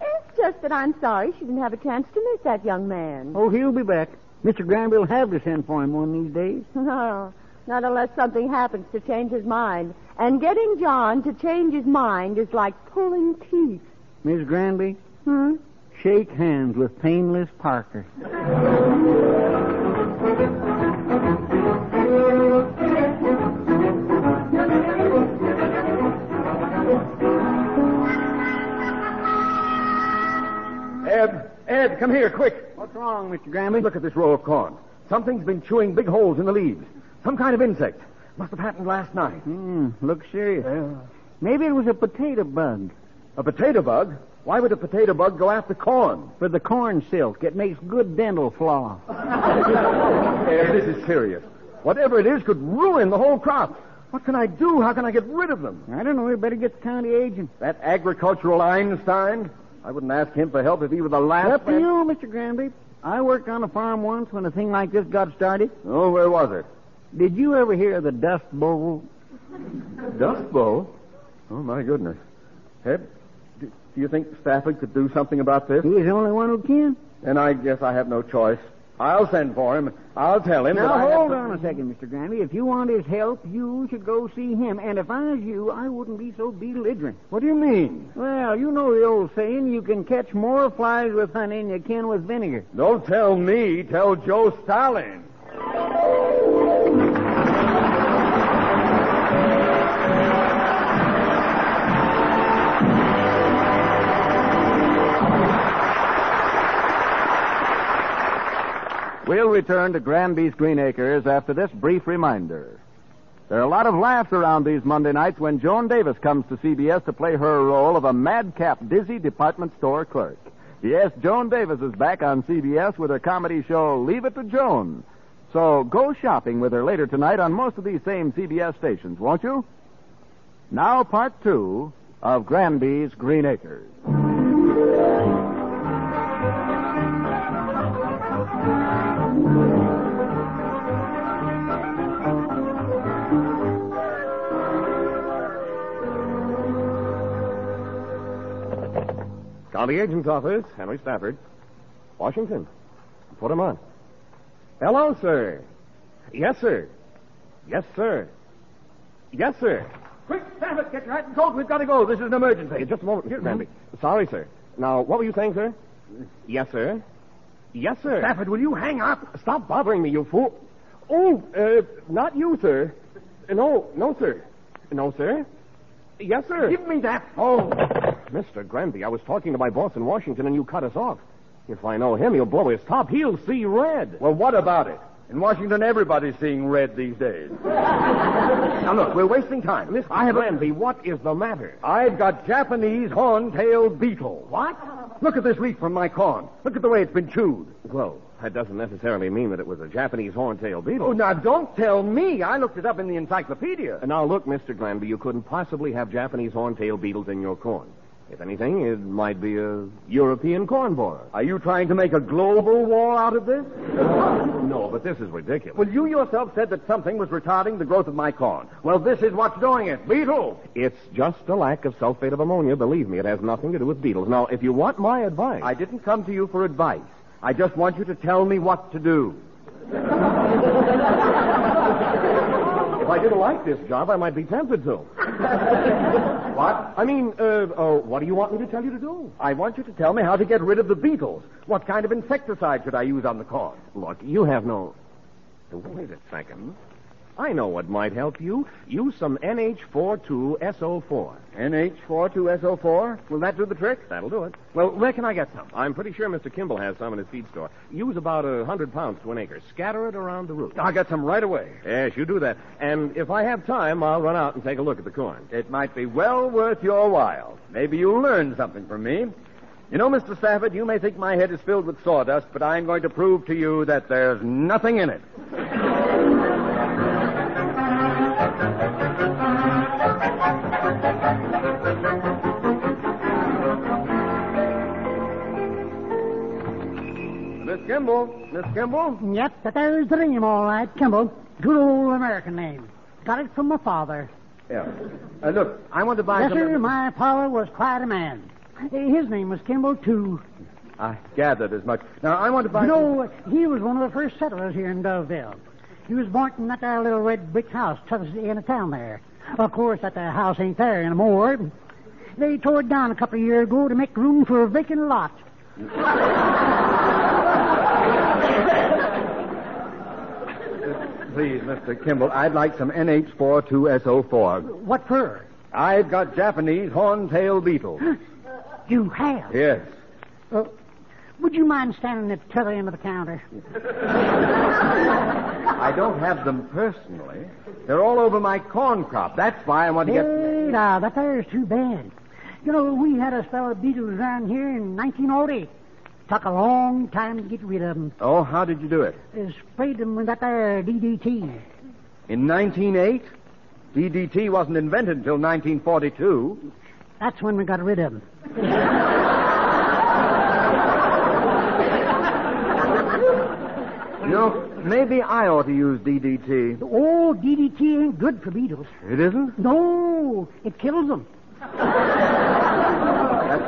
it's just that I'm sorry she didn't have a chance to meet that young man. Oh, he'll be back. Mr. Granby will have to send for him one of these days. No, not unless something happens to change his mind. And getting John to change his mind is like pulling teeth. Miss Granby, Hmm? shake hands with Painless Parker. Eb, Eb, come here, quick. What's wrong, Mr. Granby? Look at this row of corn. Something's been chewing big holes in the leaves. Some kind of insect. Must have happened last night. Hmm, looks serious. Maybe it was a potato bug. A potato bug? Why would a potato bug go after corn? For the corn silk, it makes good dental floss. Eb, this is serious. Whatever it is could ruin the whole crop. What can I do? How can I get rid of them? I don't know. We better get the county agent. That agricultural Einstein? I wouldn't ask him for help if he were the last. Up to man- you, Mr. Granby. I worked on a farm once when a thing like this got started. Oh, where was it? Did you ever hear of the Dust Bowl? Dust Bowl? Oh, my goodness. Ed, do, do you think Stafford could do something about this? He's the only one who can. Then I guess I have no choice. I'll send for him. I'll tell him. that Now, I have hold to- on a second, Mr. Granby. If you want his help, you should go see him. And if I was you, I wouldn't be so belligerent. What do you mean? Well, you know the old saying, you can catch more flies with honey than you can with vinegar. Don't tell me. Tell Joe Stalin. We'll return to Granby's Green Acres after this brief reminder. There are a lot of laughs around these Monday nights when Joan Davis comes to CBS to play her role of a madcap, dizzy department store clerk. Yes, Joan Davis is back on CBS with her comedy show Leave It to Joan. So go shopping with her later tonight on most of these same CBS stations, won't you? Now, part two of Granby's Green Acres. County Agent's Office, Henry Stafford. Washington. Put him on. Hello, sir. Yes, sir. Yes, sir. Yes, sir. Quick, Stafford, get your hat and coat. We've got to go. This is an emergency. just a moment. Here, Granby. Sorry, sir. Now, what were you saying, sir? Yes, sir. Yes, sir. Stafford, will you hang up? Stop bothering me, you fool. Oh, uh, not you, sir. Uh, No, no, sir. No, sir. Yes, sir. Give me that. Oh, Mr. Granby, I was talking to my boss in Washington and you cut us off. If I know him, he'll blow his top. He'll see red. Well, what about it? In Washington, everybody's seeing red these days. Now, Now, look, we're wasting time. Listen, I have Granby, what is the matter? I've got Japanese horn-tailed beetle. What? Look at this leaf from my corn. Look at the way it's been chewed. Well, that doesn't necessarily mean that it was a Japanese horntail beetle. Oh, now don't tell me. I looked it up in the encyclopedia. And Now, look, Mr. Glanby, you couldn't possibly have Japanese horntail beetles in your corn. If anything, it might be a European corn borer. Are you trying to make a global war out of this? No, but this is ridiculous. Well, you yourself said that something was retarding the growth of my corn. Well, this is what's doing it. Beetle. It's just a lack of sulfate of ammonia. Believe me, it has nothing to do with beetles. Now, if you want my advice. I didn't come to you for advice. I just want you to tell me what to do. If I didn't like this job, I might be tempted to. What? I mean, uh, Oh, uh, what do you want me to tell you to do? I want you to tell me how to get rid of the beetles. What kind of insecticide should I use on the corn? Look, you have no. Wait a second. I know what might help you. Use some NH42SO4. NH42SO4? Will that do the trick? That'll do it. Well, where can I get some? I'm pretty sure Mr. Kimball has some in his feed store. Use about a hundred pounds to an acre. Scatter it around the root. I'll get some right away. Yes, you do that. And if I have time, I'll run out and take a look at the corn. It might be well worth your while. Maybe you'll learn something from me. You know, Mr. Stafford, you may think my head is filled with sawdust, but I'm going to prove to you that there's nothing in it. Miss Kimball, Miss Kimball, Yep, but there's the name, all right. Kimball. Good old American name. Got it from my father. Yeah. Uh, look, I want to buy yes, some. sir, my father was quite a man. His name was Kimball, too. I gathered as much. Now, I want to buy. You know, he was one of the first settlers here in Doveville. He was born in that there little red brick house tucked at the end of town there. Of course, that there house ain't there anymore. They tore it down a couple of years ago to make room for a vacant lot. Please, Mr. Kimball, I'd like some NH42SO4. What for? I've got Japanese horntail beetle. You have. yes. Uh, would you mind standing at the other end of the counter? I don't have them personally. They're all over my corn crop. That's why I want to get. Hey, now, that there's too bad. You know, we had a spell of beetles around here in 1908. Took a long time to get rid of them. Oh, how did you do it? Sprayed them with that there DDT. In 1908? DDT wasn't invented until 1942. That's when we got rid of them. You know, maybe I ought to use DDT. Oh, DDT ain't good for beetles. It isn't? No, it kills them. That's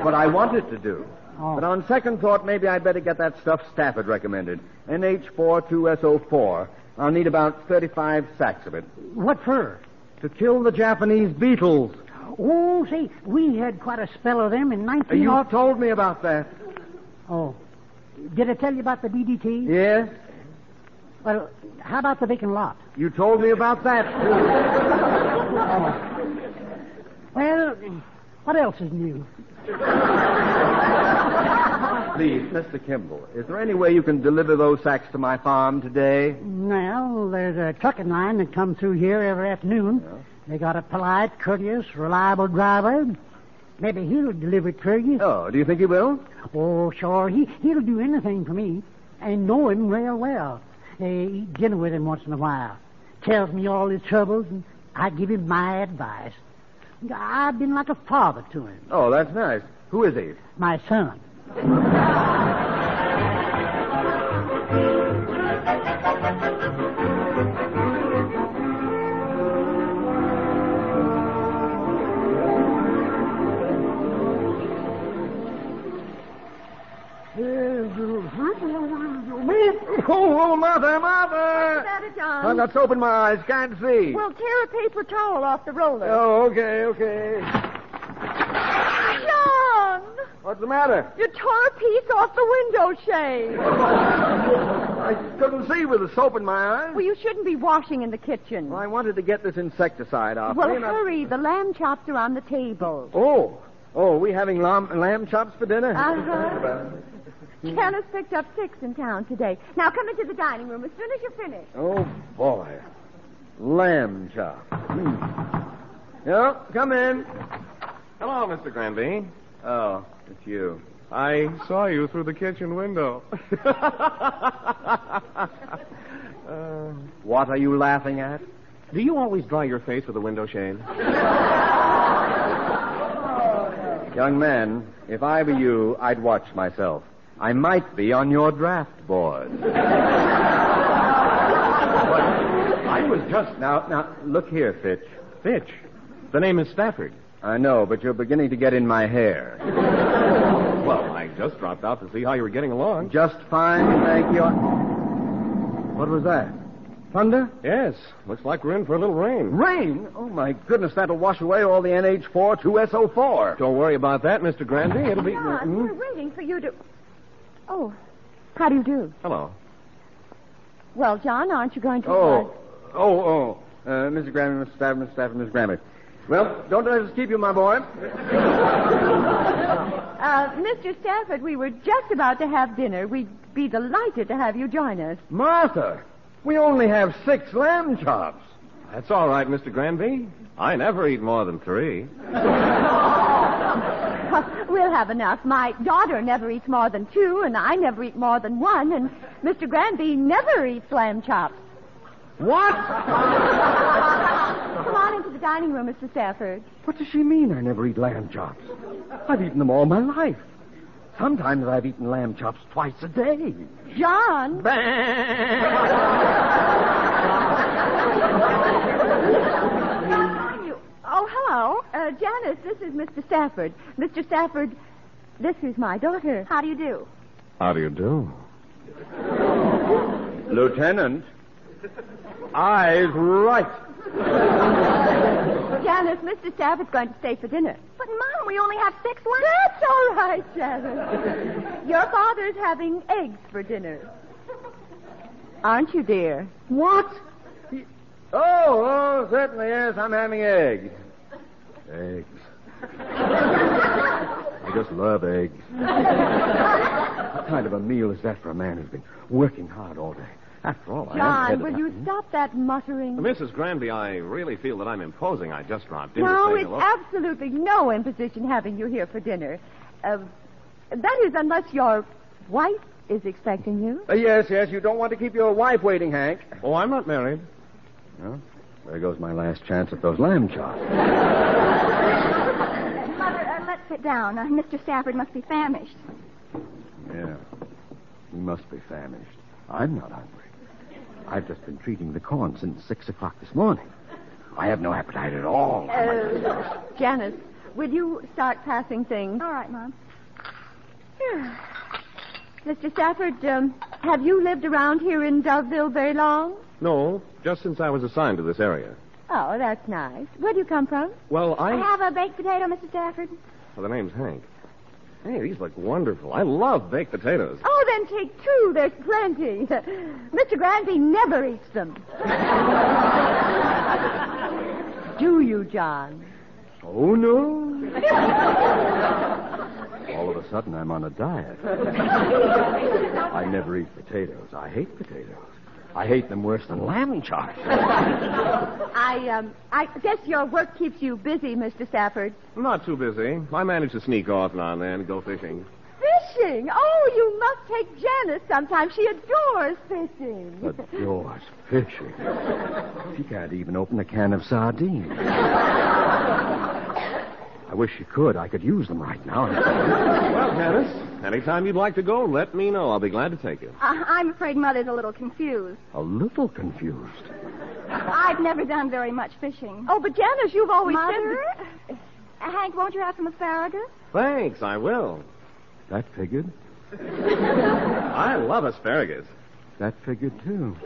what I wanted to do. Oh. But on second thought, maybe I'd better get that stuff Stafford recommended. NH42SO4. I'll need about 35 sacks of it. What for? To kill the Japanese beetles. Oh, see, we had quite a spell of them in 19... You told me about that. Oh. Did I tell you about the DDT? Yes? Well, how about the vacant lot? You told me about that. Well, what else is new? Please, Mr. Kimball, is there any way you can deliver those sacks to my farm today? Well, there's a trucking line that comes through here every afternoon. They got a polite, courteous, reliable driver. Maybe he'll deliver it for you. Oh, do you think you will? Oh, sure. He, he'll do anything for me. I know him real well. I eat dinner with him once in a while. Tells me all his troubles, and I give him my advice. I've been like a father to him, Oh, that's nice. Who is he? my son. Oh, oh, mother, mother! What's the matter, John? I've got soap in my eyes. Can't see. Well, tear a paper towel off the roller. Oh, okay, okay. John! What's the matter? You tore a piece off the window shade. I couldn't see with the soap in my eyes. well, you shouldn't be washing in the kitchen. Well, I wanted to get this insecticide off. well, me, and I- hurry. The lamb chops are on the table. Oh, oh, we having lamb, lamb chops for dinner? Uh-huh. Countess picked up six in town today. Now come into the dining room as soon as you're finished. Oh, boy. Lamb chop. Mm. Yep, come in. Hello, Mr. Granby. Oh, it's you. I saw you through the kitchen window. Um, Uh, what are you laughing at? Do you always dry your face with a window shade? Young man, if I were you, I'd watch myself. I might be on your draft board. I was just. Now, now, look here, Fitch. Fitch? The name is Stafford. I know, but you're beginning to get in my hair. Well, I just dropped out to see how you were getting along. Just fine, thank you. What was that? Thunder? Yes. Looks like we're in for a little rain. Rain? Oh, my goodness, that'll wash away all the NH4 2SO4. Don't worry about that, Mr. Granby. It'll be. John, Mm-hmm. Hmm? we're waiting for you to. Oh, how do you do? Hello. Well, John, aren't you going to? Oh, oh, oh. Uh, Mr. Grammy, Mr. Stafford, Mr. Stafford, Mr. Grammy. Well, don't let us keep you, my boy. Uh, Mr. Stafford, we were just about to have dinner. We'd be delighted to have you join us. Martha, we only have six lamb chops. That's all right, Mr. Granby. I never eat more than three. We'll have enough. My daughter never eats more than two, and I never eat more than one, and Mr. Granby never eats lamb chops. What? Come on into the dining room, Mr. Stafford. What does she mean I never eat lamb chops? I've eaten them all my life. Sometimes I've eaten lamb chops twice a day. John? John, you- Oh, hello. Uh, Janice, this is Mr. Stafford. Mr. Stafford, this is my daughter. How do you do? How do you do? Lieutenant, eyes right. Janice, Mr. Stafford's going to stay for dinner. But, Mom, we only have six left. That's all right, Janice. Your father's having eggs for dinner. Aren't you, dear? What? Oh, oh, certainly, yes, I'm having eggs. Eggs. I just love eggs. what kind of a meal is that for a man who's been working hard all day? After all, I haven't had John, will enough- you stop that muttering? Mrs. Granby, I really feel that I'm imposing. I just dropped in No, to say it's hello. absolutely no imposition having you here for dinner. Uh, that is, unless your wife is expecting you. Uh, yes, yes, you don't want to keep your wife waiting, Hank. Oh, I'm not married. Well, there goes my last chance at those lamb chops. Mother, uh, let's sit down. Uh, Mr. Stafford must be famished. Yeah. He must be famished. I'm not hungry. I've just been treating the corn since six o'clock this morning. I have no appetite at all. Uh, Janice, will you start passing things? All right, Mom. Mr. Stafford, um, have you lived around here in Doveville very long? No, just since I was assigned to this area. Oh, that's nice. Where do you come from? Well, I. have a baked potato, Mr. Stafford. Well, the name's Hank. Hey, these look wonderful. I love baked potatoes. Oh, then take two. There's plenty. Mr. Granby never eats them. do you, John? Oh, no. All of a sudden, I'm on a diet. I never eat potatoes. I hate potatoes. I hate them worse than lamb chops. I um I guess your work keeps you busy, Mr. Stafford. I'm not too busy. I manage to sneak off now and then and go fishing. Fishing. Oh, you must take Janice sometime. She adores fishing. But yours, fishing. She can't even open a can of sardines. I wish she could. I could use them right now. Well, Janice, anytime you'd like to go, let me know. I'll be glad to take you. Uh, I'm afraid Mother's a little confused. A little confused. I've never done very much fishing. Oh, but Janice, you've always Mother? been. Uh, Hank, won't you have some asparagus? Thanks, I will. That figured. I love asparagus. That figured, too.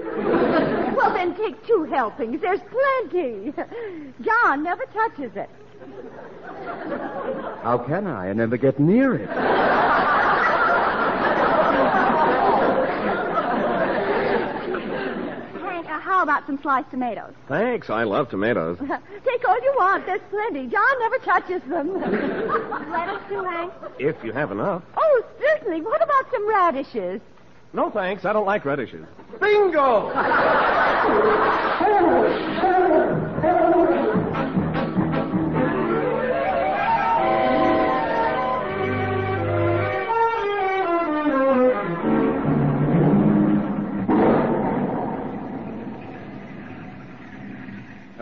Well, then take two helpings. There's plenty. John never touches it. How can I? I never get near it. Hank, uh, how How about some sliced tomatoes? Thanks, I love tomatoes. Take all you want. There's plenty. John never touches them. Lettuce too, Hank? If you have enough. Oh, certainly. What about some radishes? No, thanks. I don't like radishes. Bingo!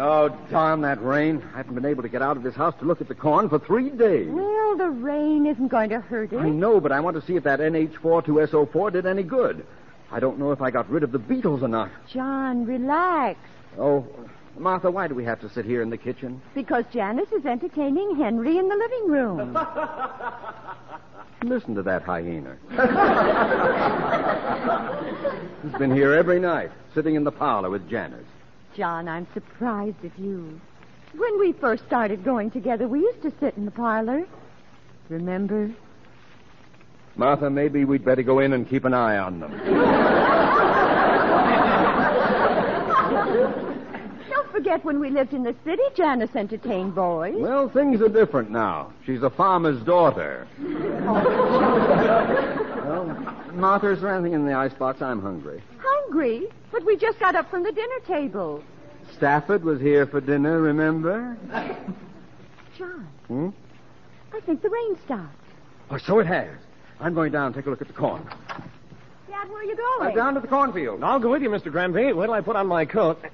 Oh, darn that rain. I haven't been able to get out of this house to look at the corn for three days. Well, the rain isn't going to hurt it. I know, but I want to see if that NH42SO4 did any good. I don't know if I got rid of the beetles or not. John, relax. Oh, Martha, why do we have to sit here in the kitchen? Because Janice is entertaining Henry in the living room. Listen to that hyena. He's been here every night, sitting in the parlor with Janice. John, I'm surprised at you. When we first started going together, we used to sit in the parlor. Remember? Martha, maybe we'd better go in and keep an eye on them. Don't forget when we lived in the city, Janice entertained boys. Well, things are different now. She's a farmer's daughter. Martha, is there anything in the icebox? I'm hungry. Hungry? But we just got up from the dinner table. Stafford was here for dinner, remember? John, Hmm? I think the rain stopped. Oh, so it has. I'm going down and take a look at the corn. Dad, where are you going? down to the cornfield. I'll go with you, Mr. Granby. Where till I put on my coat?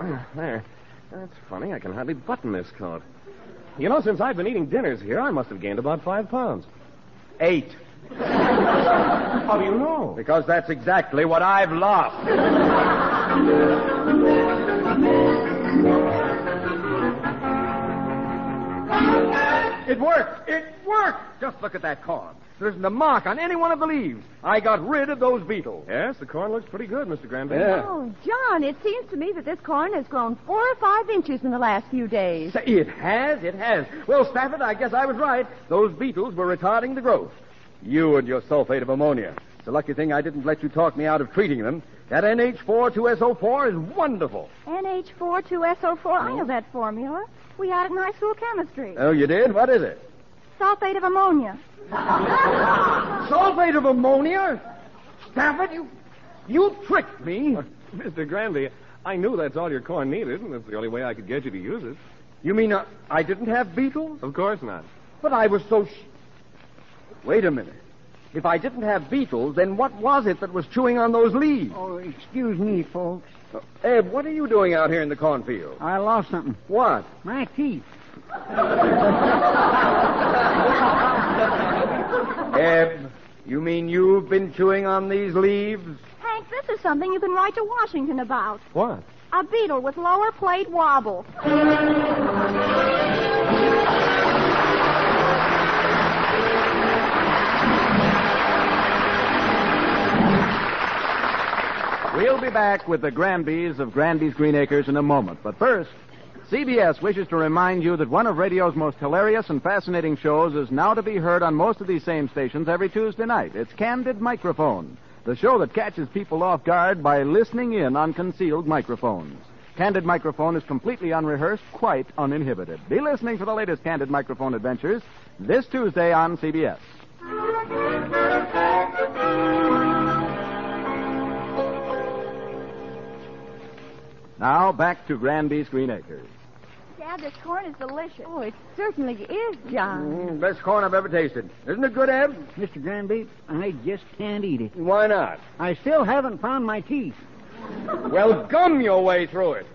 There. That's funny. I can hardly button this coat. You know, since I've been eating dinners here, I must have gained about five pounds. Eight. How do you know? Because that's exactly what I've lost. It worked. It worked. Just look at that corn. There isn't a mark on any one of the leaves. I got rid of those beetles. Yes, the corn looks pretty good, Mr. Granby. Yeah. Oh, John, it seems to me that this corn has grown four or five inches in the last few days. Say, It has, it has. Well, Stafford, I guess I was right. Those beetles were retarding the growth. You and your sulfate of ammonia. It's a lucky thing I didn't let you talk me out of treating them. That NH42SO4 is wonderful. NH42SO4. I know that formula. We had it in high school chemistry. Oh, you did? What is it? Sulfate of ammonia. Sulfate of ammonia? Stafford, you you tricked me. Mr. Granby, I knew that's all your corn needed, and that's the only way I could get you to use it. You mean uh, I didn't have beetles? Of course not. But I was so. Sh- Wait a minute. If I didn't have beetles, then what was it that was chewing on those leaves? Oh, excuse me, folks. Uh, Eb, what are you doing out here in the cornfield? I lost something. What? My teeth. Eb, you mean you've been chewing on these leaves? Hank, this is something you can write to Washington about. What? A beetle with lower plate wobble. We'll be back with the Granbys of Granby's Green Acres in a moment. But first, CBS wishes to remind you that one of radio's most hilarious and fascinating shows is now to be heard on most of these same stations every Tuesday night. It's Candid Microphone, the show that catches people off guard by listening in on concealed microphones. Candid Microphone is completely unrehearsed, quite uninhibited. Be listening for the latest Candid Microphone adventures this Tuesday on CBS. Now back to Granby's Green Acres. Dad, this corn is delicious. Oh, it certainly is, John. Mm, best corn I've ever tasted. Isn't it good, Eb? Mr. Granby, I just can't eat it. Why not? I still haven't found my teeth. Well, gum your way through it.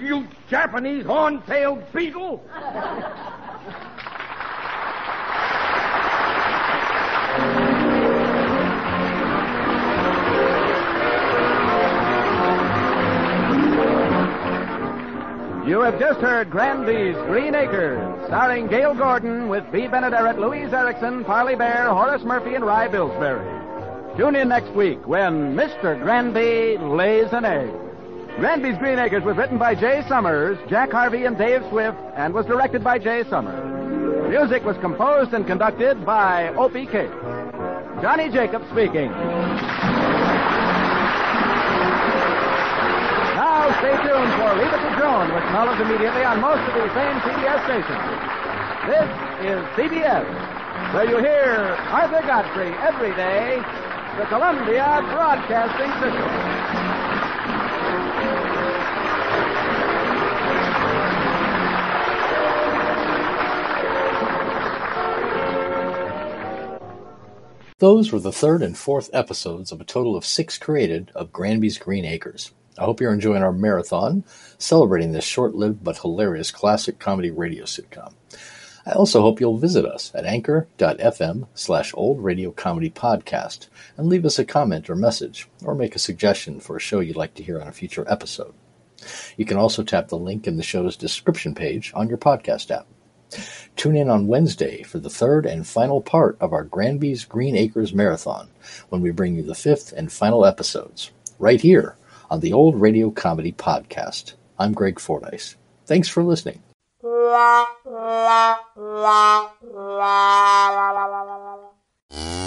You Japanese horn-tailed beetle! You have just heard Granby's Green Acres, starring Gail Gordon with Bee Benaderet, Louise Erickson, Parley Bear, Horace Murphy, and Rye Billsbury. Tune in next week when Mr. Granby lays an egg. Granby's Green Acres was written by Jay Summers, Jack Harvey, and Dave Swift, and was directed by Jay Summers. Music was composed and conducted by Opie Case. Johnny Jacobs speaking. Now stay tuned for Leave It to Drone, which follows immediately on most of the same CBS stations. This is CBS, where you hear Arthur Godfrey every day, the Columbia Broadcasting System. Those were the third and fourth episodes of a total of six created of Granby's Green Acres. I hope you're enjoying our marathon, celebrating this short lived but hilarious classic comedy radio sitcom. I also hope you'll visit us at anchor.fm slash old radio comedy podcast and leave us a comment or message or make a suggestion for a show you'd like to hear on a future episode. You can also tap the link in the show's description page on your podcast app. Tune in on Wednesday for the third and final part of our Granby's Green Acres Marathon when we bring you the fifth and final episodes right here on the Old Radio Comedy Podcast. I'm Greg Fordyce. Thanks for listening. La la la la la la la la la.